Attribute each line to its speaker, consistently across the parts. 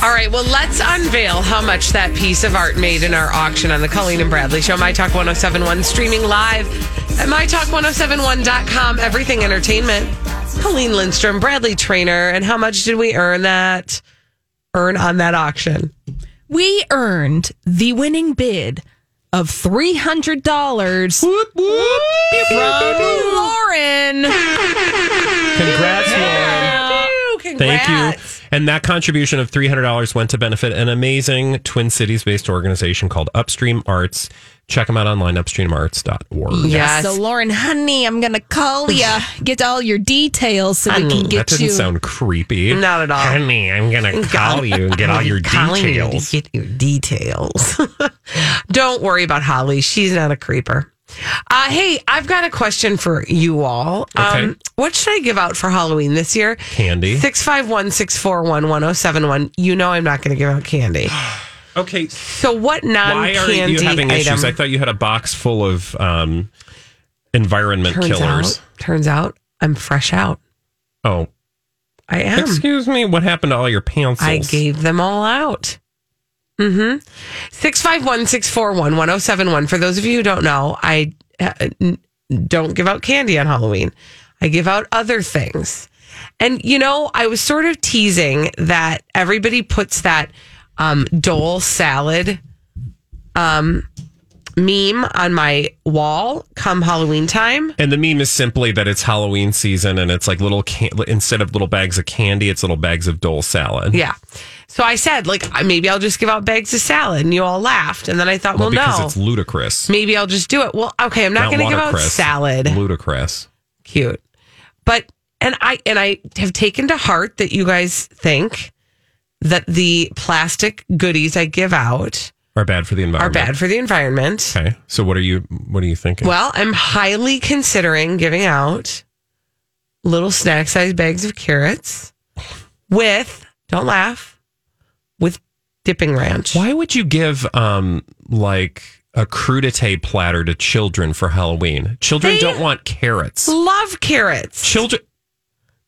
Speaker 1: All right, well, let's unveil how much that piece of art made in our auction on the Colleen and Bradley Show, My Talk 1071, streaming live at MyTalk1071.com, everything entertainment. Colleen Lindstrom, Bradley Trainer, and how much did we earn that? Earn on that auction.
Speaker 2: We earned the winning bid of three hundred dollars from Lauren.
Speaker 3: Congrats, Lauren. Thank
Speaker 1: Congrats.
Speaker 3: you. And that contribution of $300 went to benefit an amazing Twin Cities based organization called Upstream Arts. Check them out online, upstreamarts.org.
Speaker 1: Yes.
Speaker 2: So Lauren, honey, I'm gonna call you. Get all your details so we can
Speaker 3: That
Speaker 2: get
Speaker 3: doesn't
Speaker 2: you.
Speaker 3: sound creepy.
Speaker 1: Not at all.
Speaker 3: Honey, I'm going to call you and get all your
Speaker 1: Calling you to
Speaker 3: details.
Speaker 1: get your details. Don't worry about Holly. She's not a creeper. Uh, hey, I've got a question for you all. Um,
Speaker 3: Okay.
Speaker 1: what should I give out for Halloween this year?
Speaker 3: Candy.
Speaker 1: Six five one six four one one zero seven one. You know I'm not going to give out candy.
Speaker 3: Okay.
Speaker 1: So what
Speaker 3: Why are
Speaker 1: non-candy
Speaker 3: you having
Speaker 1: item?
Speaker 3: issues? I thought you had a box full of um, environment
Speaker 1: turns
Speaker 3: killers.
Speaker 1: out, turns out, I'm fresh out.
Speaker 3: Oh,
Speaker 1: I am.
Speaker 3: excuse me. What happened to all your pencils?
Speaker 1: I gave them all out. Mm-hmm. Six five one six four one one zero seven one. For those of you who don't know, I uh, n- don't give out candy on Halloween. I give out other things. And you know, I was sort of teasing that everybody puts that um, dole salad um, meme on my wall come Halloween time.
Speaker 3: And the meme is simply that it's Halloween season, and it's like little can- instead of little bags of candy, it's little bags of Dole salad.
Speaker 1: Yeah. So I said, like, I- maybe I'll just give out bags of salad, and you all laughed. And then I thought, well,
Speaker 3: well, because
Speaker 1: no,
Speaker 3: it's ludicrous.
Speaker 1: maybe I'll just do it. Well, okay, I'm not, going to give out
Speaker 3: watercress.
Speaker 1: salad.
Speaker 3: Ludicrous.
Speaker 1: Cute, but and I and I have taken to heart that you guys think that the plastic goodies I give out
Speaker 3: Are bad for the
Speaker 1: are
Speaker 3: environment.
Speaker 1: bad for the environment.
Speaker 3: Okay. So what are you what are you thinking?
Speaker 1: Well, I'm highly considering giving out little snack sized bags of carrots with don't laugh with dipping ranch.
Speaker 3: Why would you give um like a crudité platter to children for Halloween? Children
Speaker 1: They-
Speaker 3: don't want carrots.
Speaker 1: Love carrots.
Speaker 3: Children.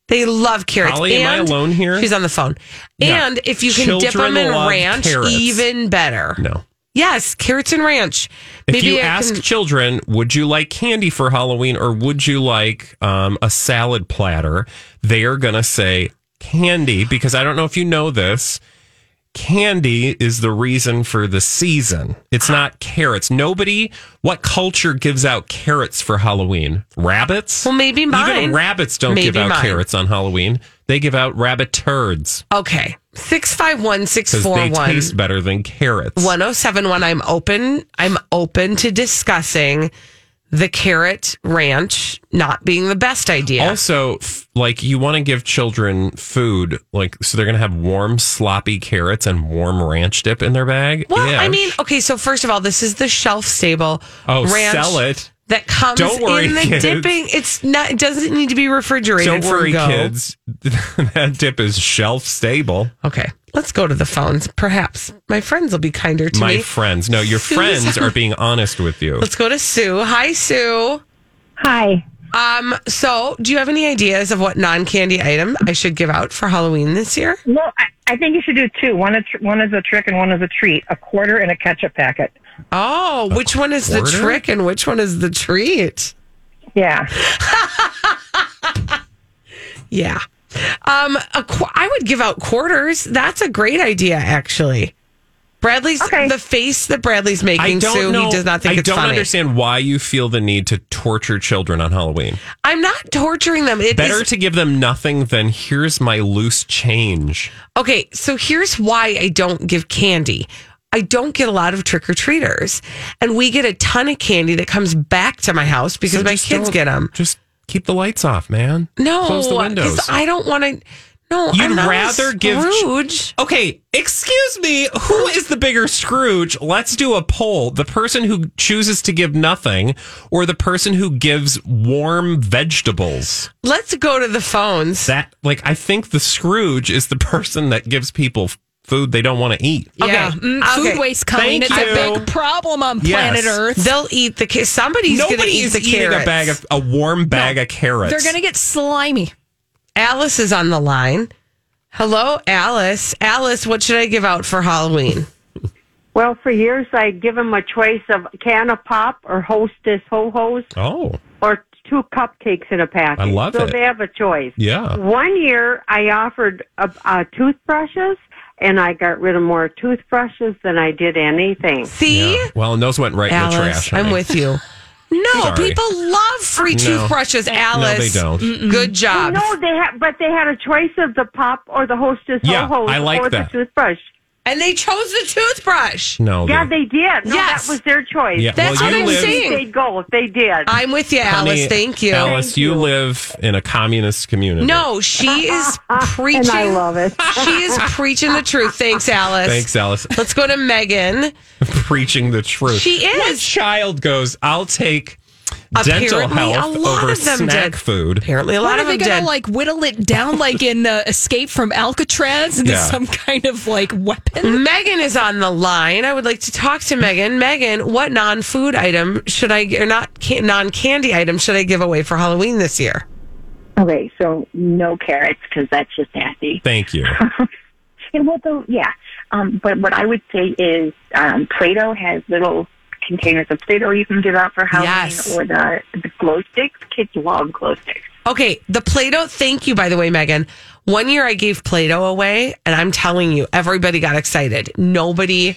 Speaker 1: They love carrots.
Speaker 3: Holly, am I
Speaker 1: And-
Speaker 3: alone here?
Speaker 1: She's on the phone.
Speaker 3: Yeah.
Speaker 1: And if you can dip
Speaker 3: Children
Speaker 1: them in
Speaker 3: love
Speaker 1: ranch,
Speaker 3: carrots.
Speaker 1: even better.
Speaker 3: No.
Speaker 1: Yes, carrots and ranch.
Speaker 3: If
Speaker 1: Maybe
Speaker 3: you
Speaker 1: I
Speaker 3: ask
Speaker 1: can-
Speaker 3: children, would you like candy for Halloween or would you like um, a salad platter? They are going to say candy because I don't know if you know this. Candy is the reason for the season. It's not carrots. Nobody, what culture gives out carrots for Halloween? Rabbits?
Speaker 1: Well, maybe mine.
Speaker 3: Even rabbits don't
Speaker 1: Maybe
Speaker 3: give out
Speaker 1: mine.
Speaker 3: carrots on Halloween. They give out rabbit turds
Speaker 1: okay, six five one six
Speaker 3: because
Speaker 1: four
Speaker 3: they
Speaker 1: one
Speaker 3: taste better than carrots.
Speaker 1: one zero seven one. I'm open. I'm open to discussing the carrot ranch not being the best idea.
Speaker 3: Also, f- like you want to give children food, like so they're gonna have warm sloppy carrots and warm ranch dip in their bag.
Speaker 1: well,
Speaker 3: Yeah.
Speaker 1: I mean, okay. So first of all, this is the shelf stable
Speaker 3: oh,
Speaker 1: ranch
Speaker 3: sell it.
Speaker 1: that comes
Speaker 3: Don't worry,
Speaker 1: in the
Speaker 3: kids.
Speaker 1: dipping. It's not. It doesn't need to be refrigerated.
Speaker 3: Don't
Speaker 1: We're
Speaker 3: worry,
Speaker 1: go.
Speaker 3: kids. that dip is shelf stable.
Speaker 1: Okay, let's go to the phones. Perhaps my friends will be kinder to
Speaker 3: My
Speaker 1: me.
Speaker 3: friends, no, your
Speaker 1: Susan.
Speaker 3: friends are being honest with you.
Speaker 1: let's go to Sue. Hi, Sue.
Speaker 4: Hi.
Speaker 1: Um, so do you have any ideas of what non-candy item I should give out for Halloween this year?
Speaker 4: Well, I, I think you should do two. One, a tr- one is a trick and one is a treat. A quarter and a ketchup packet.
Speaker 1: Oh, which one is the
Speaker 3: quarter?
Speaker 1: trick and which one is the treat?
Speaker 4: Yeah.
Speaker 1: Yeah. Um, a qu- I would give out quarters. That's a great idea, actually. Bradley's
Speaker 4: Okay.
Speaker 1: the face that Bradley's
Speaker 3: I
Speaker 1: making,
Speaker 3: don't
Speaker 1: Sue.
Speaker 3: know.
Speaker 1: He does not think
Speaker 3: I
Speaker 1: it's
Speaker 3: don't
Speaker 1: funny.
Speaker 3: understand why you feel the need to torture children on Halloween.
Speaker 1: I'm not torturing them. It
Speaker 3: Better
Speaker 1: is-
Speaker 3: to give them nothing than here's my loose change.
Speaker 1: Okay, so here's why I don't give candy. I don't get a lot of trick or treaters, and we get a ton of candy that comes back to my house because
Speaker 3: So
Speaker 1: my
Speaker 3: just
Speaker 1: kids
Speaker 3: don't-
Speaker 1: get them.
Speaker 3: Just keep the lights off, man.
Speaker 1: No,
Speaker 3: close the
Speaker 1: 'cause
Speaker 3: windows.
Speaker 1: I don't want to. No,
Speaker 3: You'd
Speaker 1: I'm not a
Speaker 3: rather give ch-
Speaker 1: Scrooge.
Speaker 3: Okay, excuse me. Who is the bigger Scrooge? Let's do a poll. The person who chooses to give nothing or the person who gives warm vegetables?
Speaker 1: Let's go to the phones.
Speaker 3: That, like, I think the Scrooge is the person that gives people f- food they don't want to eat.
Speaker 2: Yeah. Mm,
Speaker 1: Okay.
Speaker 2: Food waste coming.
Speaker 3: Thank
Speaker 2: It's
Speaker 3: you.
Speaker 2: a big problem on planet
Speaker 3: Yes.
Speaker 2: Earth.
Speaker 1: They'll eat the ca- somebody's going to
Speaker 3: Nobody
Speaker 1: eat
Speaker 3: is
Speaker 1: the
Speaker 3: eating
Speaker 1: carrots.
Speaker 3: a bag of a warm bag of carrots.
Speaker 2: They're going to get slimy.
Speaker 1: Alice is on the line. Hello, Alice. Alice, what should I give out for Halloween?
Speaker 5: Well, for years I'd give them a choice of can of pop or Hostess ho hos
Speaker 3: Oh,
Speaker 5: or two cupcakes in a package.
Speaker 3: I love
Speaker 5: so
Speaker 3: it.
Speaker 5: they have a choice.
Speaker 3: Yeah.
Speaker 5: One year I offered uh, uh, toothbrushes, and I got rid of more toothbrushes than I did anything.
Speaker 1: See,
Speaker 3: yeah. Well, and those went right in the
Speaker 1: Alice,
Speaker 3: trash.
Speaker 1: I'm
Speaker 3: honey.
Speaker 1: with you. No,
Speaker 3: Sorry.
Speaker 1: people love free toothbrushes, Alice.
Speaker 3: don't.
Speaker 1: Good job.
Speaker 5: No, they had, but they had a choice of the pop or the Hostess
Speaker 3: Yeah,
Speaker 5: ho hos
Speaker 3: I like
Speaker 5: or
Speaker 3: that.
Speaker 5: the toothbrush.
Speaker 1: And they chose the toothbrush.
Speaker 3: No.
Speaker 5: Yeah,
Speaker 3: they-
Speaker 5: they did. No,
Speaker 1: Yes.
Speaker 5: that was their choice.
Speaker 3: Yeah,
Speaker 1: That's
Speaker 3: well,
Speaker 1: what
Speaker 3: you
Speaker 1: I'm
Speaker 3: live,
Speaker 1: saying.
Speaker 5: They'd go if they did.
Speaker 1: I'm with you,
Speaker 3: honey,
Speaker 1: Alice. Thank you.
Speaker 3: Alice, you. live in a communist community.
Speaker 1: No, she is preaching.
Speaker 5: and I love it.
Speaker 1: She is preaching the truth. Thanks, Alice.
Speaker 3: Thanks, Alice.
Speaker 1: Let's go to Megan.
Speaker 3: preaching the truth.
Speaker 1: She is.
Speaker 3: What child goes, I'll take dental
Speaker 1: Apparently, a
Speaker 3: health
Speaker 1: lot
Speaker 3: over
Speaker 1: of them
Speaker 3: snack
Speaker 1: did.
Speaker 3: food?
Speaker 1: Apparently, a lot
Speaker 2: What are
Speaker 1: of
Speaker 2: they
Speaker 1: them did.
Speaker 2: going to like whittle it down like in uh, Escape from Alcatraz into
Speaker 3: Yeah.
Speaker 2: some kind of like weapon?
Speaker 1: Megan is on the line. I would like to talk to Megan. Megan, what non-food item should I or not can, non-candy item should I give away for Halloween this year?
Speaker 6: Okay, so no carrots because that's just nasty.
Speaker 3: Thank you.
Speaker 6: And well, though, yeah. Um, but what I would say is um, Play-Doh has little containers of Play-Doh you can give out for Halloween
Speaker 1: Yes.
Speaker 6: or the, the glow sticks. Kids love glow sticks.
Speaker 1: Okay, the Play-Doh. Thank you, by the way, Megan. One year I gave Play-Doh away, and I'm telling you, everybody got excited. Nobody,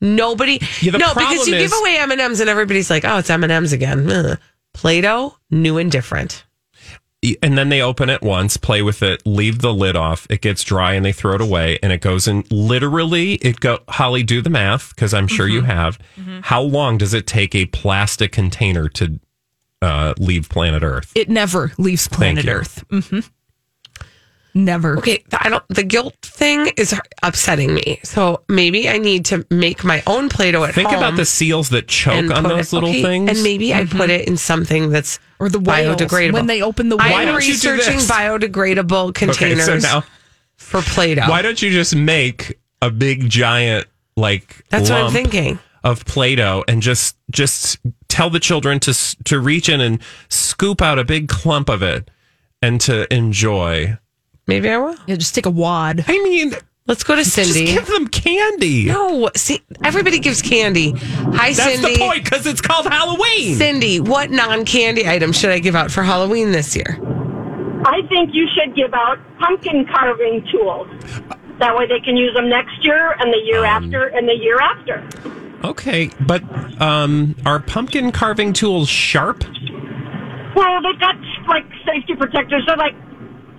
Speaker 1: nobody.
Speaker 3: Yeah, the
Speaker 1: no,
Speaker 3: problem
Speaker 1: because you
Speaker 3: is-
Speaker 1: give away M and M's, and everybody's like, "Oh, it's M and M's again." Ugh. Play-Doh, new and different.
Speaker 3: E, and then they open it once, play with it, leave the lid off. It gets dry and they throw it away and it goes in literally it go Holly do the math cuz I'm sure
Speaker 1: Mm-hmm.
Speaker 3: you have. How long does it take a plastic container to uh, leave planet Earth?
Speaker 2: It never leaves planet
Speaker 3: you.
Speaker 2: Earth. hmm Never.
Speaker 1: Okay, th- I don't. The guilt thing is upsetting me. So maybe I need to make my own Play-Doh at
Speaker 3: Think
Speaker 1: home.
Speaker 3: about the seals that choke
Speaker 1: and
Speaker 3: on
Speaker 1: put it-
Speaker 3: those little
Speaker 1: okay,
Speaker 3: things. Mm-hmm.
Speaker 1: And maybe I put it in something that's
Speaker 2: Or the whales,
Speaker 1: biodegradable.
Speaker 2: when they open the
Speaker 3: Why
Speaker 1: I'm
Speaker 3: don't you do
Speaker 1: researching
Speaker 3: this?
Speaker 1: biodegradable
Speaker 3: okay,
Speaker 1: containers
Speaker 3: so now
Speaker 1: for Play-Doh.
Speaker 3: why don't you just make a big giant like
Speaker 1: that's what I'm
Speaker 3: lump
Speaker 1: thinking.
Speaker 3: of Play-Doh and just just tell the children to s- to reach in and scoop out a big clump of it and to enjoy.
Speaker 1: Maybe I will.
Speaker 2: Yeah, just take a wad.
Speaker 3: I mean,
Speaker 1: Let's go to Cindy.
Speaker 3: just give them candy.
Speaker 1: no, see, everybody gives candy. Hi,
Speaker 3: That's
Speaker 1: Cindy.
Speaker 3: the point because it's called Halloween.
Speaker 1: Cindy, what non-candy item should I give out for Halloween this year?
Speaker 5: I think you should give out pumpkin carving tools. That way they can use them next year and the year after and the year after.
Speaker 3: Okay, but um, are pumpkin carving tools sharp?
Speaker 5: Well, they've got like safety protectors. They're like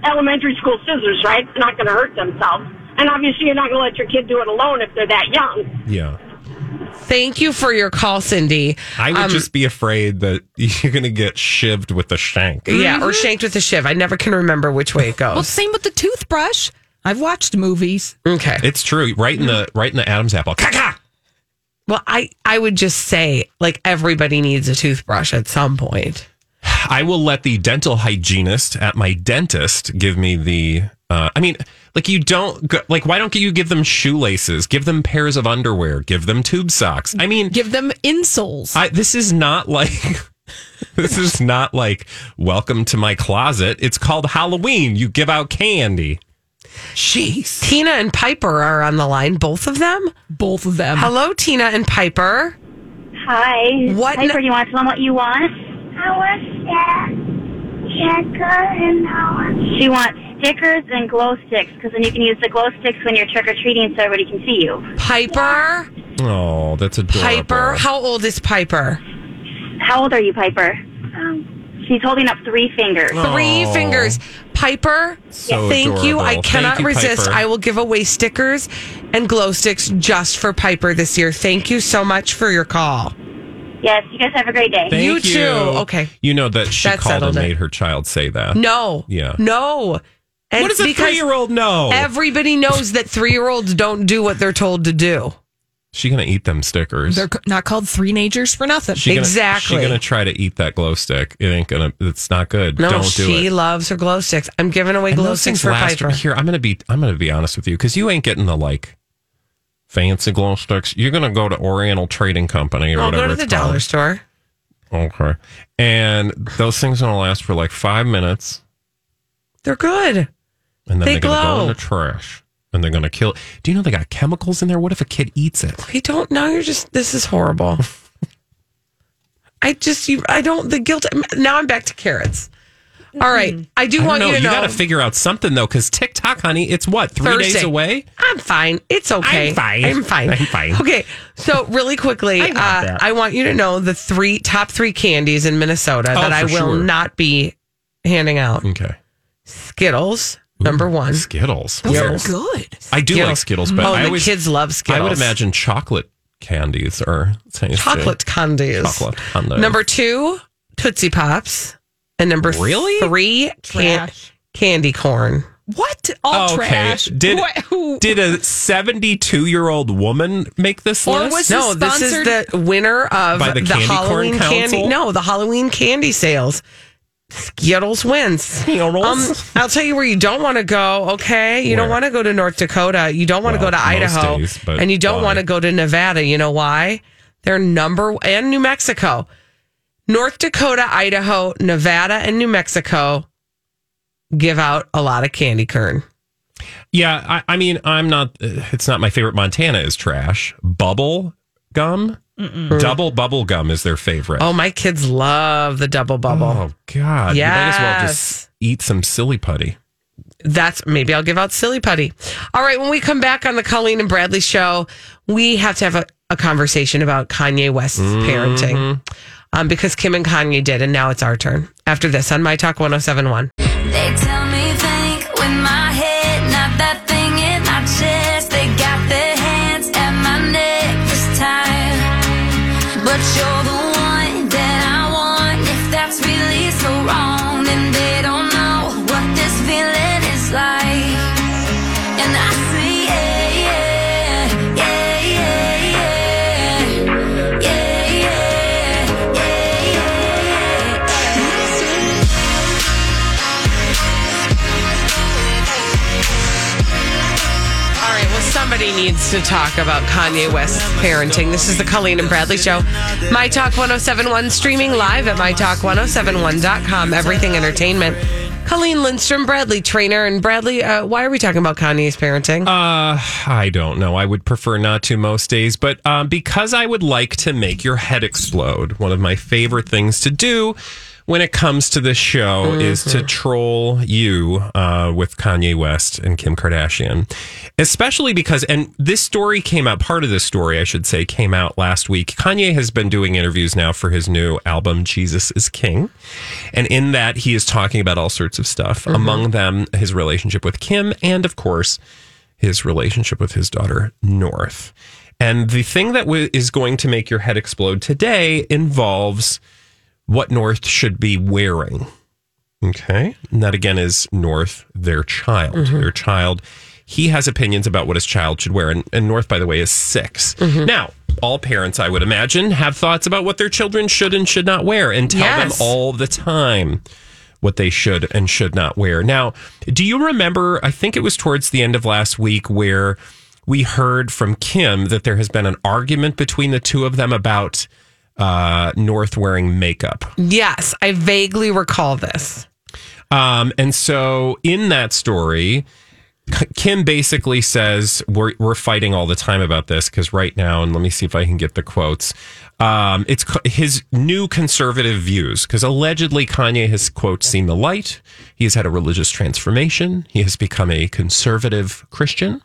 Speaker 5: elementary school scissors, right? They're not going to hurt themselves. And obviously, you're not going to let your kid do it alone if they're that young.
Speaker 3: Yeah.
Speaker 1: Thank you for your call, Cindy.
Speaker 3: I would
Speaker 1: Um,
Speaker 3: just be afraid that you're going to get shivved with a shank.
Speaker 1: yeah, or shanked with a shiv. I never can remember which way it
Speaker 2: Well,
Speaker 1: goes.
Speaker 2: same with the toothbrush. I've watched movies.
Speaker 1: okay.
Speaker 3: It's true, right in the right in the Adam's apple. Caca!
Speaker 1: Well, I I would just say like everybody needs a toothbrush at some point.
Speaker 3: I will let the dental hygienist at my dentist give me the. Uh, I mean, like you don't go, like. Why don't you give them shoelaces? Give them pairs of underwear. Give them tube socks. I mean,
Speaker 2: Give them insoles.
Speaker 3: I, this is not like. this is not like welcome to my closet. It's called Halloween. You give out candy. Jeez.
Speaker 1: Tina and Piper are on the line, both of them.
Speaker 2: Both of them.
Speaker 1: Hello, Tina and Piper.
Speaker 7: Hi.
Speaker 1: What
Speaker 7: Piper,
Speaker 1: n-
Speaker 7: do you want to tell them what you want? I want that
Speaker 5: She wants stickers and glow sticks because then you can use the glow sticks when you're trick or treating so everybody can see you.
Speaker 1: Piper?
Speaker 3: Oh, that's adorable.
Speaker 1: Piper? How old is Piper?
Speaker 5: How old are you, Piper? Um, she's holding up three fingers.
Speaker 1: Three
Speaker 3: Aw.
Speaker 1: fingers. Piper,
Speaker 3: Oh. So
Speaker 1: thank you.
Speaker 3: adorable.
Speaker 1: I
Speaker 3: Thank
Speaker 1: cannot
Speaker 3: you,
Speaker 1: resist.
Speaker 3: Piper.
Speaker 1: I will give away stickers and glow sticks just for Piper this year. Thank you so much for your call.
Speaker 5: Yes, you guys have a great day.
Speaker 3: Thank
Speaker 1: You too. Okay.
Speaker 3: You know that she
Speaker 1: That
Speaker 3: called
Speaker 1: settled
Speaker 3: and
Speaker 1: it.
Speaker 3: made her child say that.
Speaker 1: No.
Speaker 3: Yeah.
Speaker 1: No. And
Speaker 3: What does a
Speaker 1: because
Speaker 3: three year old know?
Speaker 1: Everybody knows that three year olds don't do what they're told to do.
Speaker 3: she gonna eat them stickers.
Speaker 2: They're c- not called three nagers for nothing.
Speaker 3: She gonna,
Speaker 1: Exactly.
Speaker 3: She's gonna try to eat that glow stick. It ain't gonna. It's not good.
Speaker 1: No,
Speaker 3: Don't do
Speaker 1: she
Speaker 3: it.
Speaker 1: loves her glow sticks. I'm giving away
Speaker 3: And
Speaker 1: glow
Speaker 3: those
Speaker 1: sticks
Speaker 3: things
Speaker 1: for
Speaker 3: last
Speaker 1: Piper.
Speaker 3: here. I'm gonna be. I'm gonna be honest with you because you ain't getting the like fancy glow sticks. You're gonna go to Oriental Trading Company or
Speaker 1: I'll
Speaker 3: whatever.
Speaker 1: go to the
Speaker 3: it's
Speaker 1: dollar
Speaker 3: called.
Speaker 1: store.
Speaker 3: Okay. And those things gonna last for like five minutes,
Speaker 1: They're good.
Speaker 3: and then
Speaker 1: They
Speaker 3: are gonna go
Speaker 1: glow.
Speaker 3: in the trash, and they're gonna kill. Do you know they got chemicals in there? What if a kid eats it?
Speaker 1: I don't. Now you're just. This is horrible. I just. You, I don't. The guilt. Now I'm back to carrots. All right. I do
Speaker 3: Mm-hmm. I don't
Speaker 1: want
Speaker 3: know.
Speaker 1: you to
Speaker 3: You
Speaker 1: know.
Speaker 3: got to figure out something though, because TikTok, honey, it's what three days
Speaker 1: Thursday.
Speaker 3: away.
Speaker 1: I'm fine. It's okay.
Speaker 3: I'm fine.
Speaker 1: I'm fine.
Speaker 3: I'm fine.
Speaker 1: Okay. So really quickly, I,
Speaker 3: got
Speaker 1: uh,
Speaker 3: that.
Speaker 1: I want you to know the three top three candies in Minnesota
Speaker 3: Oh,
Speaker 1: that I
Speaker 3: for
Speaker 1: will
Speaker 3: sure.
Speaker 1: not be handing out.
Speaker 3: Okay.
Speaker 1: Skittles, number one.
Speaker 3: Skittles.
Speaker 2: Those
Speaker 3: Weird.
Speaker 2: are good.
Speaker 3: I do like Skittles, but
Speaker 1: oh,
Speaker 3: I
Speaker 1: the
Speaker 3: always,
Speaker 1: kids love Skittles.
Speaker 3: I would imagine chocolate candies are tasty.
Speaker 1: chocolate candies.
Speaker 3: Chocolate candies.
Speaker 1: Number two, Tootsie Pops, and number
Speaker 3: Really?
Speaker 1: three, can-
Speaker 2: Trash.
Speaker 1: candy corn.
Speaker 2: What? All
Speaker 3: Oh, okay.
Speaker 2: trash.
Speaker 3: Did
Speaker 2: What- who-
Speaker 3: did a seventy-two-year-old woman make this
Speaker 2: Or
Speaker 3: list?
Speaker 2: was this
Speaker 1: No, this is
Speaker 2: sponsored-
Speaker 1: the winner of
Speaker 3: By the Candy Corn
Speaker 1: Halloween candy.
Speaker 3: Council?
Speaker 1: No, the Halloween candy sales. Skittles wins.
Speaker 3: Skittles?
Speaker 1: Um, I'll tell you where you don't want to go. Okay, you don't
Speaker 3: Where?
Speaker 1: want to go to North Dakota. You don't want to
Speaker 3: Well,
Speaker 1: go to
Speaker 3: most
Speaker 1: Idaho,
Speaker 3: days, but
Speaker 1: and you don't
Speaker 3: why?
Speaker 1: want to go to Nevada. You know why? They're number and New Mexico, North Dakota, Idaho, Nevada, and New Mexico give out a lot of candy corn.
Speaker 3: yeah, I, I mean, I'm not. uh, It's not my favorite. Montana is trash. Bubble gum, double bubble gum is their favorite.
Speaker 1: Oh, my kids love the double bubble.
Speaker 3: Oh, God! You might as well
Speaker 1: Yes.
Speaker 3: just eat some silly putty.
Speaker 1: that's maybe I'll give out silly putty. All right, when we come back on the Colleen and Bradley show, we have to have a, a conversation about Kanye West's parenting um, because Kim and Kanye did, and now it's our turn. After this on My Talk 1071.
Speaker 7: They tell me think with my head, not that thing in my chest. They got their hands at my neck this time. But you're the one that I want. If that's really so wrong, then they don't know what this feeling is like. And I say, yeah, yeah, yeah, yeah, yeah, yeah, yeah, yeah, yeah, yeah.
Speaker 1: All right, well, somebody needs to talk about Kanye West's parenting. This is the Colleen and Bradley Show. My Talk 1071, streaming live at mytalk1071.com, everything entertainment. Colleen Lindstrom, Bradley Trainer, and Bradley, uh, why are we talking about Kanye's parenting?
Speaker 3: Uh, I don't know. I would prefer not to most days, but um, because I would like to make your head explode, one of my favorite things to do when it comes to this show is to troll you uh, with Kanye West and Kim Kardashian, especially because, and this story came out, part of this story, I should say, came out last week. Kanye has been doing interviews now for his new album, Jesus is King. And in that, he is talking about all sorts of stuff, among them his relationship with Kim and, of course, his relationship with his daughter, North. And the thing that w- is going to make your head explode today involves what North should be wearing. Okay. And that again is North, their child. Their child. He has opinions about what his child should wear. And, and North, by the way, is 6 Now, all parents, I would imagine, have thoughts about what their children should and should not wear and tell
Speaker 1: Yes.
Speaker 3: them all the time what they should and should not wear. Now, do you remember? I think it was towards the end of last week where we heard from Kim that there has been an argument between the two of them about uh, North wearing makeup.
Speaker 2: Mm.
Speaker 1: Yes, I vaguely recall this.
Speaker 3: Um, and so in that story, Kim basically says we're we're fighting all the time about this because right now, and let me see if I can get the quotes. Um, it's co- his new conservative views because allegedly Kanye has quote seen the light. He has had a religious transformation. He has become a conservative Christian,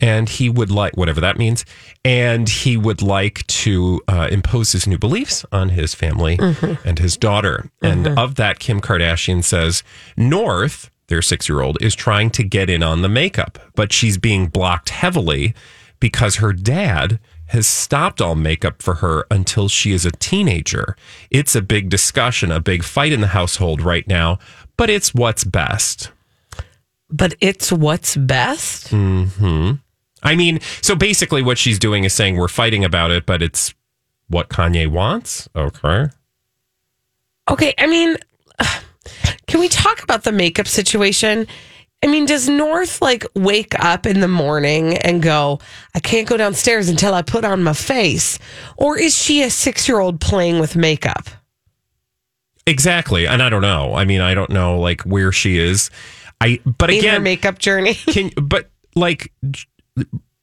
Speaker 3: and he would like whatever that means. And he would like to uh, impose his new beliefs on his family and his daughter. And of that, Kim Kardashian says North their six year old, is trying to get in on the makeup, but she's being blocked heavily because her dad has stopped all makeup for her until she is a teenager. It's a big discussion, a big fight in the household right now, but it's what's best.
Speaker 1: But it's what's best.
Speaker 3: Mm-hmm. I mean, so basically what she's doing is saying we're fighting about it, but it's what Kanye wants. Okay.
Speaker 1: Okay, I mean, can we talk about the makeup situation? I mean, does North like wake up in the morning and go, I can't go downstairs until I put on my face? Or is she a six year old playing with makeup?
Speaker 3: Exactly. And I don't know. I mean, I don't know like where she is. I but
Speaker 1: In her
Speaker 3: again,
Speaker 1: makeup journey?
Speaker 3: can but like j-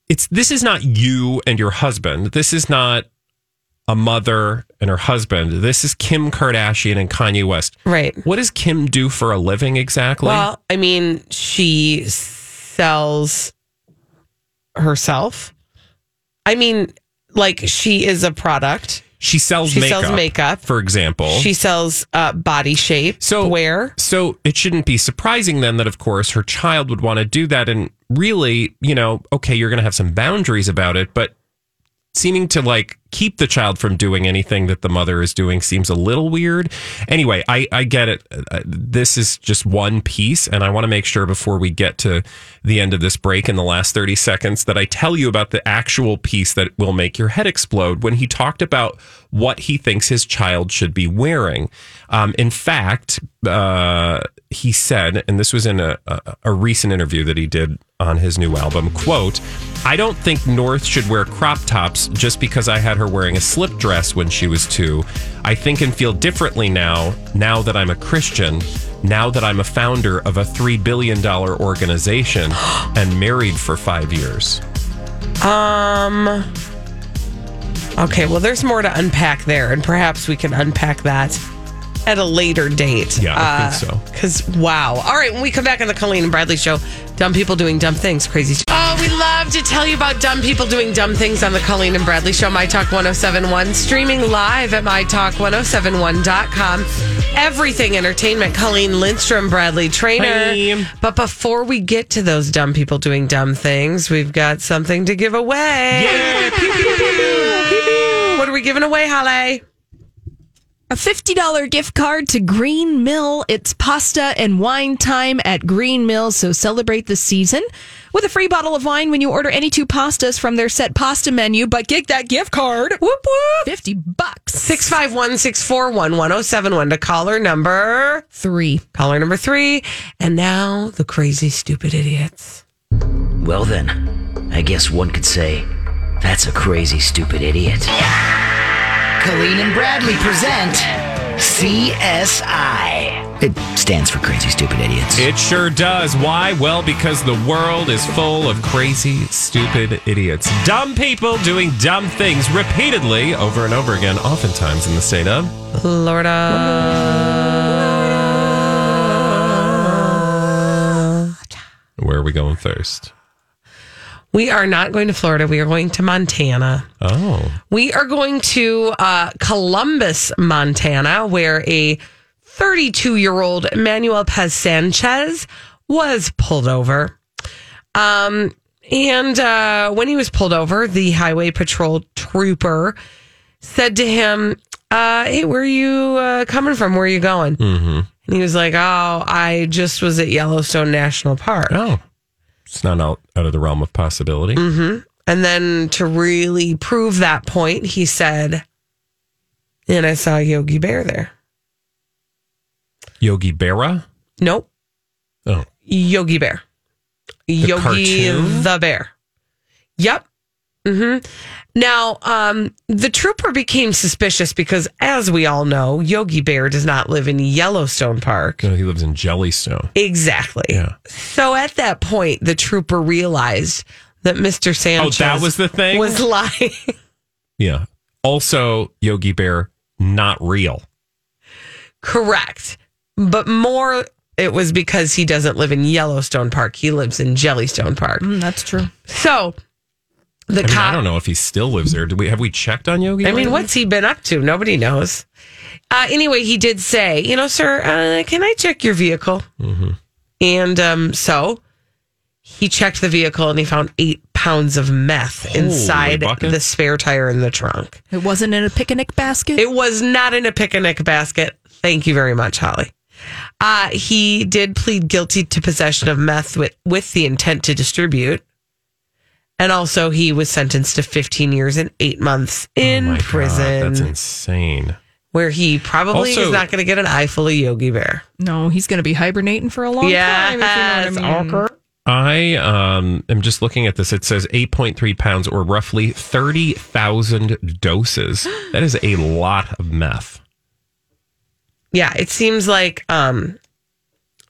Speaker 3: it's this is not you and your husband this is not a mother and her husband this is kim kardashian and kanye west
Speaker 1: right.
Speaker 3: what does kim do for a living exactly
Speaker 1: Well, I mean, she sells herself. I mean, like she is a product.
Speaker 3: she sells
Speaker 1: she
Speaker 3: makeup
Speaker 1: sells makeup.
Speaker 3: for example
Speaker 1: She sells uh, body shape.
Speaker 3: So-
Speaker 1: where?
Speaker 3: So it shouldn't be surprising then that, of course, her child would want to do that. And really, you know, okay, you're going to have some boundaries about it, but seeming to like keep the child from doing anything that the mother is doing seems a little weird. Anyway, I, I get it. Uh, This is just one piece. And I want to make sure before we get to the end of this break in the last 30 seconds that I tell you about the actual piece that will make your head explode when he talked about what he thinks his child should be wearing. Um, in fact, uh, he said, and this was in a, a, a recent interview that he did on his new album, quote, I don't think North should wear crop tops just because I had her wearing a slip dress when she was two. I think and feel differently now, now that I'm a Christian, now that I'm a founder of a $3 billion organization and married for five years.
Speaker 1: Um. Okay, well, there's more to unpack there, and perhaps we can unpack that at a later date. Uh,
Speaker 3: Yeah, I think so.
Speaker 1: Because, wow. All right, when we come back on the Colleen and Bradley show, dumb people doing dumb things, crazy. sh- Oh, we love to tell you about dumb people doing dumb things on the Colleen and Bradley show, My Talk 1071, streaming live at MyTalk1071.com. Everything entertainment, Colleen Lindstrom, Bradley Trainer.
Speaker 3: Hey.
Speaker 1: But before we get to those dumb people doing dumb things, we've got something to give away. What are we giving away, Holly?
Speaker 2: A $50 gift card to Green Mill. It's pasta and wine time at Green Mill, so celebrate the season with a free bottle of wine when you order any two pastas from their set pasta menu. But get that gift card. Whoop whoop. 50 bucks.
Speaker 1: 651 641 1071 to caller number
Speaker 2: Three.
Speaker 1: caller number three. And now the crazy, stupid idiots.
Speaker 8: Well, then, I guess one could say that's a crazy, stupid idiot. Colleen and Bradley present
Speaker 1: E
Speaker 8: CSI. It stands for Crazy, Stupid Idiots.
Speaker 3: It sure does. Why? Well, because the world is full of crazy, stupid idiots. Dumb people doing dumb things repeatedly over and over again, oftentimes in the state of.
Speaker 1: Florida.
Speaker 3: Where are we going first?
Speaker 1: We are not going to Florida. We are going to Montana.
Speaker 3: Oh.
Speaker 1: We are going to uh, Columbus, Montana, where a 32 year old Manuel Paz Sanchez was pulled over. Um, and uh, when he was pulled over, the highway patrol trooper said to him, uh, Hey, where are you uh, coming from? Where are you going? Mm-hmm. And he was like, Oh, I just was at Yellowstone National Park.
Speaker 3: Oh. It's not out, out of the realm of possibility.
Speaker 1: Mm-hmm. And then to really prove that point, he said, and I saw Yogi Bear there.
Speaker 3: Yogi Berra?
Speaker 1: Nope.
Speaker 3: Oh.
Speaker 1: Yogi Bear. Yogi
Speaker 3: cartoon?
Speaker 1: the Bear. Yep. hmm Now, um, the trooper became suspicious because, as we all know, Yogi Bear does not live in Yellowstone Park.
Speaker 3: No, he lives in Jellystone.
Speaker 1: Exactly.
Speaker 3: Yeah.
Speaker 1: So at that point, the trooper realized that Mr. Sanchez
Speaker 3: Oh, was the thing?
Speaker 1: was lying.
Speaker 3: Yeah. Also, Yogi Bear, not real.
Speaker 1: Correct. But more, it was because he doesn't live in Yellowstone Park. He lives in Jellystone Park.
Speaker 2: Mm, that's true.
Speaker 1: So the
Speaker 3: I mean, I
Speaker 1: cop.
Speaker 3: don't know if he still lives there. Do we have we checked on Yogi?
Speaker 1: I mean,
Speaker 3: Bear?
Speaker 1: what's he been up to? Nobody knows. Uh, anyway, he did say, you know, sir, uh, can I check your vehicle?
Speaker 3: Mm-hmm.
Speaker 1: And um, so he checked the vehicle and he found eight pounds of meth
Speaker 3: Holy
Speaker 1: inside
Speaker 3: bucket.
Speaker 1: the spare tire in the trunk.
Speaker 2: It wasn't in a picnic basket.
Speaker 1: It was not in a picnic basket. Thank you very much, Holly. Uh, he did plead guilty to possession of meth with, with the intent to distribute. And also, he was sentenced to 15 years and eight months in
Speaker 3: Oh My God,
Speaker 1: prison
Speaker 3: that's insane.
Speaker 1: where he probably
Speaker 3: Also-
Speaker 1: is not going to get an eye full of Yogi Bear.
Speaker 2: no, he's going to be hibernating for a long time. If you know what I mean.
Speaker 1: awkward.
Speaker 3: I um, am just looking at this. It says 8.3 pounds or roughly 30,000 doses. That is a lot of meth.
Speaker 1: yeah. It seems like um,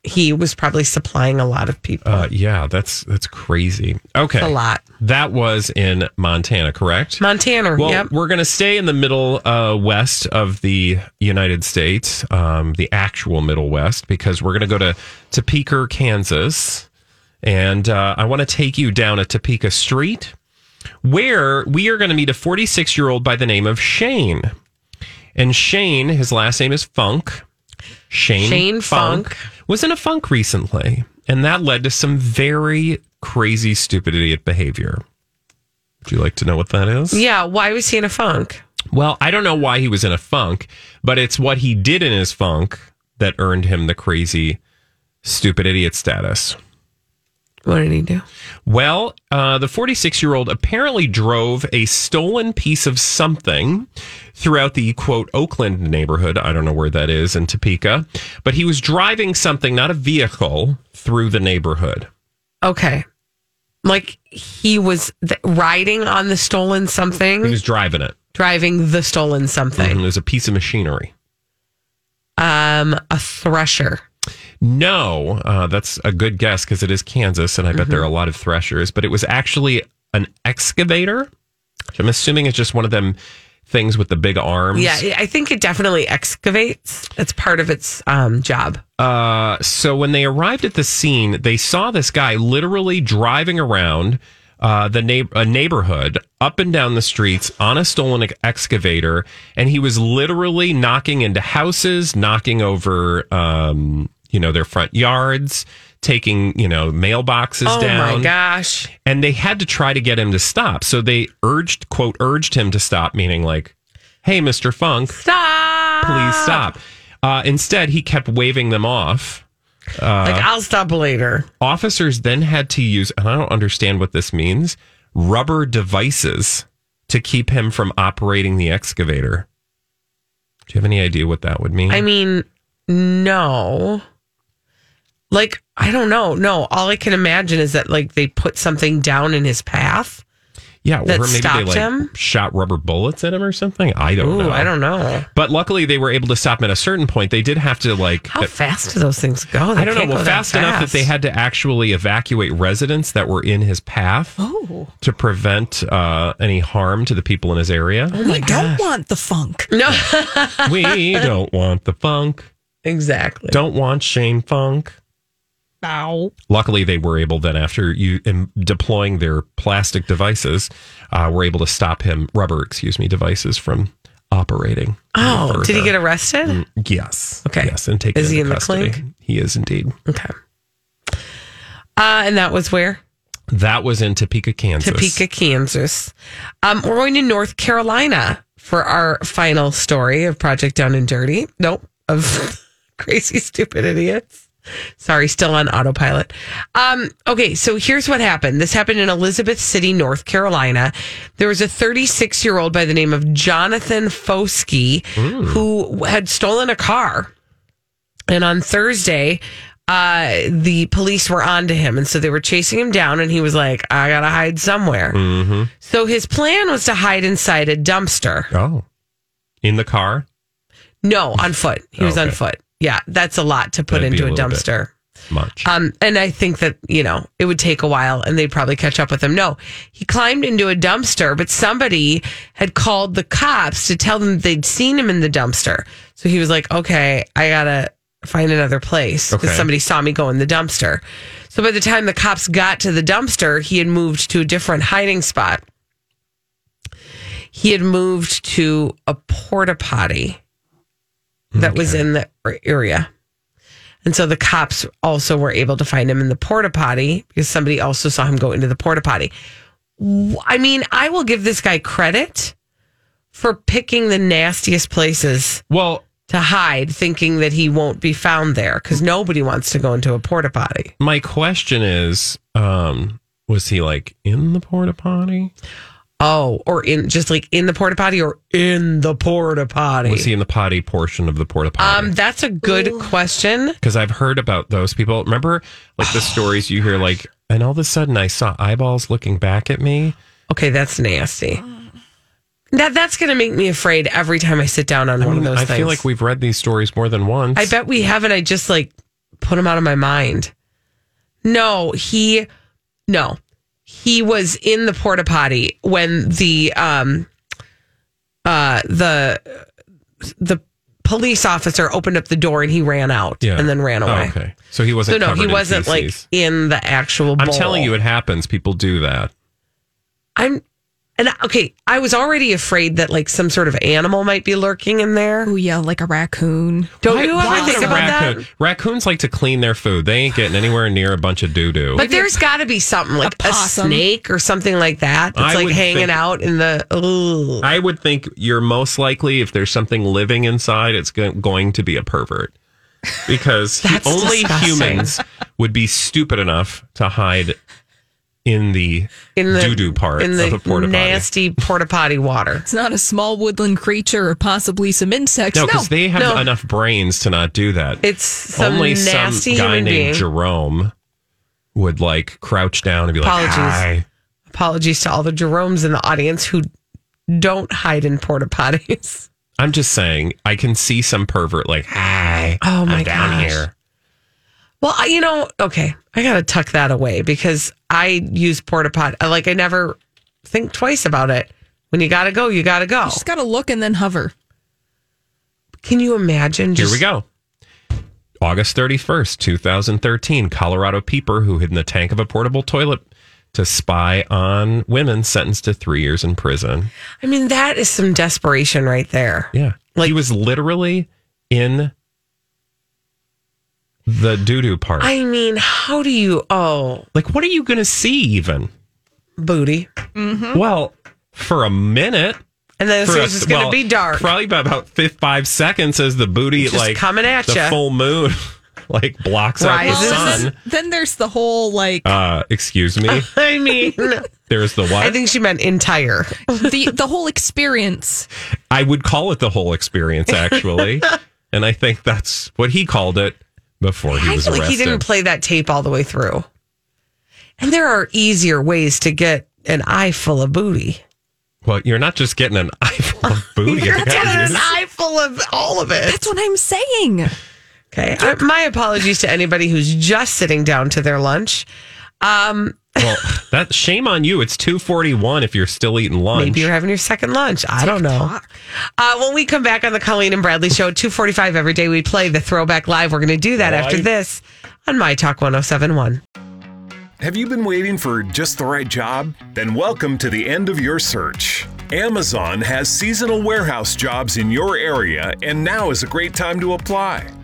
Speaker 1: he was probably supplying a lot of people.
Speaker 3: Uh, yeah, that's that's crazy. Okay.
Speaker 1: a lot.
Speaker 3: That was in Montana, correct?
Speaker 1: Montana.
Speaker 3: Well,
Speaker 1: yep.
Speaker 3: we're going to stay in the middle uh, west of the United States, um, the actual middle west, because we're going to go to Topeka, Kansas. And uh, I want to take you down a Topeka street where we are going to meet a 46 year old by the name of Shane. And Shane, his last name is Funk. Shane,
Speaker 1: Shane
Speaker 3: Funk,
Speaker 1: Funk.
Speaker 3: was in a funk recently. And that led to some very crazy, stupid idiot behavior. Would you like to know what that is?
Speaker 1: Yeah. Why was he in a funk?
Speaker 3: Well, I don't know why he was in a funk, but it's what he did in his funk that earned him the crazy, stupid idiot status.
Speaker 1: What did he do?
Speaker 3: Well, uh, the 46 year old apparently drove a stolen piece of something throughout the quote Oakland neighborhood. I don't know where that is in Topeka, but he was driving something, not a vehicle, through the neighborhood.
Speaker 1: Okay. Like he was th- riding on the stolen something,
Speaker 3: He was driving it.
Speaker 1: driving the stolen something.
Speaker 3: It was a piece of machinery.
Speaker 1: Um, a thresher.
Speaker 3: No, uh, that's a good guess because it is Kansas, and I bet there
Speaker 1: Mm-hmm.
Speaker 3: are a lot of threshers. But it was actually an excavator. which I'm assuming it's just one of them things with the big arms.
Speaker 1: Yeah, I think it definitely excavates. It's part of its um, job.
Speaker 3: Uh, so when they arrived at the scene, they saw this guy literally driving around uh, the neighbor- a neighborhood up and down the streets on a stolen ex- excavator, and he was literally knocking into houses, knocking over, um, you know, their front yards, taking you know mailboxes
Speaker 1: oh
Speaker 3: down
Speaker 1: my gosh.
Speaker 3: and they had to try to get him to stop. So they urged, quote, urged him to stop, meaning like, hey, Mr. Funk,
Speaker 1: Stop.
Speaker 3: please stop. Uh, instead, he kept waving them off.
Speaker 1: like, I'll stop later.
Speaker 3: Officers then had to use, and I don't understand what this means, rubber devices to keep him from operating the excavator. Do you have any idea what that would mean?
Speaker 1: I mean, no. Like, I don't know. No, all I can imagine is that, like, they put something down in his path.
Speaker 3: yeah, or
Speaker 1: that
Speaker 3: maybe they
Speaker 1: stopped
Speaker 3: like
Speaker 1: him?
Speaker 3: shot rubber bullets at him or something. I don't
Speaker 1: Ooh,
Speaker 3: know.
Speaker 1: I don't know.
Speaker 3: But luckily, they were able to stop him at a certain point. They did have to like
Speaker 1: How fast do those things go? They
Speaker 3: I don't know.
Speaker 1: can't
Speaker 3: Well,
Speaker 1: go Oh, that
Speaker 3: fast, enough that they
Speaker 1: fast.
Speaker 3: had to actually evacuate residents that were in his path
Speaker 1: Oh.
Speaker 3: to prevent uh, any harm to the people in his
Speaker 1: Oh
Speaker 3: area.
Speaker 2: we don't want the funk.
Speaker 1: No,
Speaker 3: we don't want the funk.
Speaker 1: exactly.
Speaker 3: Don't want Shane Funk.
Speaker 2: Ow.
Speaker 3: Luckily, they were able then, after you em- deploying their plastic devices, uh, were able to stop him. Rubber, excuse me, devices from operating.
Speaker 1: Oh, did he
Speaker 3: further.
Speaker 1: get arrested?
Speaker 3: Yes.
Speaker 1: Okay.
Speaker 3: Yes, and taken
Speaker 1: Is he
Speaker 3: into
Speaker 1: in the
Speaker 3: custody.
Speaker 1: clink?
Speaker 3: He is indeed.
Speaker 1: Okay. Uh, and that was where?
Speaker 3: That was in Topeka, Kansas.
Speaker 1: Topeka, Kansas. Um, we're going to North Carolina for our final story of Project Down and Dirty. Nope, of crazy, stupid idiots. Sorry, still on autopilot. Um, okay, so here's what happened. This happened in Elizabeth City, North Carolina. There was a 36 year old by the name of Jonathan Foskey who had stolen a car. And on Thursday, uh, the police were onto him. And so they were chasing him down, and he was like, I got to hide somewhere.
Speaker 3: Mm-hmm.
Speaker 1: So his plan was to hide inside a dumpster.
Speaker 3: Oh, in the car.
Speaker 1: No, on foot. He was on
Speaker 3: Okay.
Speaker 1: foot. Yeah, that's a lot to put
Speaker 3: That'd be
Speaker 1: into
Speaker 3: a
Speaker 1: a,
Speaker 3: little bit.
Speaker 1: dumpster.
Speaker 3: Much.
Speaker 1: Um, and I think that, you know, it would take a while and they'd probably catch up with him. No, he climbed into a dumpster, but somebody had called the cops to tell them they'd seen him in the dumpster. So he was like, okay, I gotta find another place because
Speaker 3: Okay.
Speaker 1: somebody saw me go in the dumpster. So by the time the cops got to the dumpster, he had moved to a different hiding spot. He had moved to a porta potty that was in the area. And so the cops also were able to find him in the porta potty because somebody also saw him go into the porta potty. W- I mean, I will give this guy credit for picking the nastiest places
Speaker 3: Well,
Speaker 1: to hide, thinking that he won't be found there because nobody wants to go into a porta potty.
Speaker 3: my question is, um, was he like in the porta potty?
Speaker 1: Oh, or in just like in the porta potty or in the porta potty.
Speaker 3: Was he in the potty portion of the porta potty?
Speaker 1: um, that's a good question.
Speaker 3: because I've heard about those people. Remember, like the stories you hear, like, and all of a sudden I saw eyeballs looking back at me.
Speaker 1: Okay, that's nasty. That that's gonna make me afraid every time I sit down on one of those
Speaker 3: Mm, I
Speaker 1: things.
Speaker 3: feel like we've read these stories more than once.
Speaker 1: I bet we haven't. I just like put him out of my mind. No, he, no, he was in the porta potty when the um, uh, the the police officer opened up the door and he ran out and then ran
Speaker 3: Oh,
Speaker 1: away.
Speaker 3: okay, so he
Speaker 1: So
Speaker 3: wasn't.
Speaker 1: no,
Speaker 3: covered
Speaker 1: he
Speaker 3: in
Speaker 1: wasn't like
Speaker 3: feces.
Speaker 1: in the actual.
Speaker 3: I'm
Speaker 1: bowl.
Speaker 3: telling you, it happens. People do that.
Speaker 1: I'm. And okay, I was already afraid that like some sort of animal might be lurking in there.
Speaker 2: Oh yeah, like a raccoon.
Speaker 1: Don't you ever
Speaker 3: Why
Speaker 1: think
Speaker 3: would a
Speaker 1: about that?
Speaker 3: raccoon- Raccoons like to clean their food. They ain't getting anywhere near a bunch of doo doo.
Speaker 1: But there's got to be something like a,
Speaker 2: possum.
Speaker 1: snake or something like that
Speaker 3: I
Speaker 1: that's like
Speaker 3: would
Speaker 1: hanging
Speaker 3: think-
Speaker 1: out in the. Ugh.
Speaker 3: I would think you're most likely if there's something living inside, it's go- going to be a pervert because
Speaker 1: That's
Speaker 3: only
Speaker 1: disgusting.
Speaker 3: humans would be stupid enough to hide in the
Speaker 1: in the
Speaker 3: doo-doo part
Speaker 1: in the
Speaker 3: of a porta potty.
Speaker 1: nasty porta potty water.
Speaker 2: It's not a small woodland creature or possibly some insects.
Speaker 3: no
Speaker 2: No,
Speaker 3: because they have
Speaker 1: no.
Speaker 3: enough brains to not do that.
Speaker 1: It's some
Speaker 3: only
Speaker 1: nasty
Speaker 3: some guy
Speaker 1: human
Speaker 3: named
Speaker 1: being.
Speaker 3: Jerome would like crouch down and be
Speaker 1: Apologies.
Speaker 3: like, "Hi."
Speaker 1: Apologies to all the Jeromes in the audience who don't hide in porta potties.
Speaker 3: I'm just saying, I can see some pervert like, "Hi,
Speaker 1: Oh, my
Speaker 3: I'm down
Speaker 1: gosh.
Speaker 3: here."
Speaker 1: Well, I, you know, okay, I gotta tuck that away because I use porta potty. Like I never think twice about it. When you gotta go, you gotta go.
Speaker 2: just gotta look and then hover.
Speaker 1: Can you imagine?
Speaker 3: Here
Speaker 1: Just
Speaker 3: we go. August 31st, 2013, Colorado peeper who hid in the tank of a portable toilet to spy on women sentenced to three years in prison.
Speaker 1: I mean, that is some desperation right there.
Speaker 3: Yeah.
Speaker 1: Like-
Speaker 3: he was literally in the doo doo part.
Speaker 1: I mean, how do you? Oh,
Speaker 3: like, what are you going to see even?
Speaker 1: booty. Hmm?
Speaker 3: Well, for a minute.
Speaker 1: And then
Speaker 3: for
Speaker 1: so
Speaker 3: a-
Speaker 1: it's just going to
Speaker 3: well,
Speaker 1: be dark.
Speaker 3: Probably by about fif- five seconds as the booty,
Speaker 1: Just
Speaker 3: like,
Speaker 1: coming at
Speaker 3: the
Speaker 1: ya.
Speaker 3: full moon, like, blocks out the
Speaker 1: Rises. Well,
Speaker 3: sun.
Speaker 2: then, then there's the whole like
Speaker 3: Uh, excuse me.
Speaker 1: I mean,
Speaker 3: There's the what?
Speaker 1: I think she meant entire.
Speaker 2: the the whole experience.
Speaker 3: I would call it the whole experience, actually. and I think that's what he called it before he
Speaker 1: I
Speaker 3: was
Speaker 1: feel
Speaker 3: arrested.
Speaker 1: like he didn't play that tape all the way through. And there are easier ways to get an eye full of booty.
Speaker 3: well, you're not just getting an eye full of booty.
Speaker 1: You're getting an
Speaker 3: guys.
Speaker 1: eye full of all of it.
Speaker 2: That's what I'm saying.
Speaker 1: Okay. I- my apologies to anybody who's just sitting down to their lunch. Um,
Speaker 3: well, that shame on you. It's 2:41 if you're still eating lunch.
Speaker 1: Maybe you're having your second lunch. I don't know. Uh, when we come back on the Colleen and Bradley show, 245 every day, we play the throwback live. We're going to do that after
Speaker 3: Live.
Speaker 1: this on My Talk 1071.
Speaker 9: Have you been waiting for just the right job? Then welcome to the end of your search. Amazon has seasonal warehouse jobs in your area, and now is a great time to apply.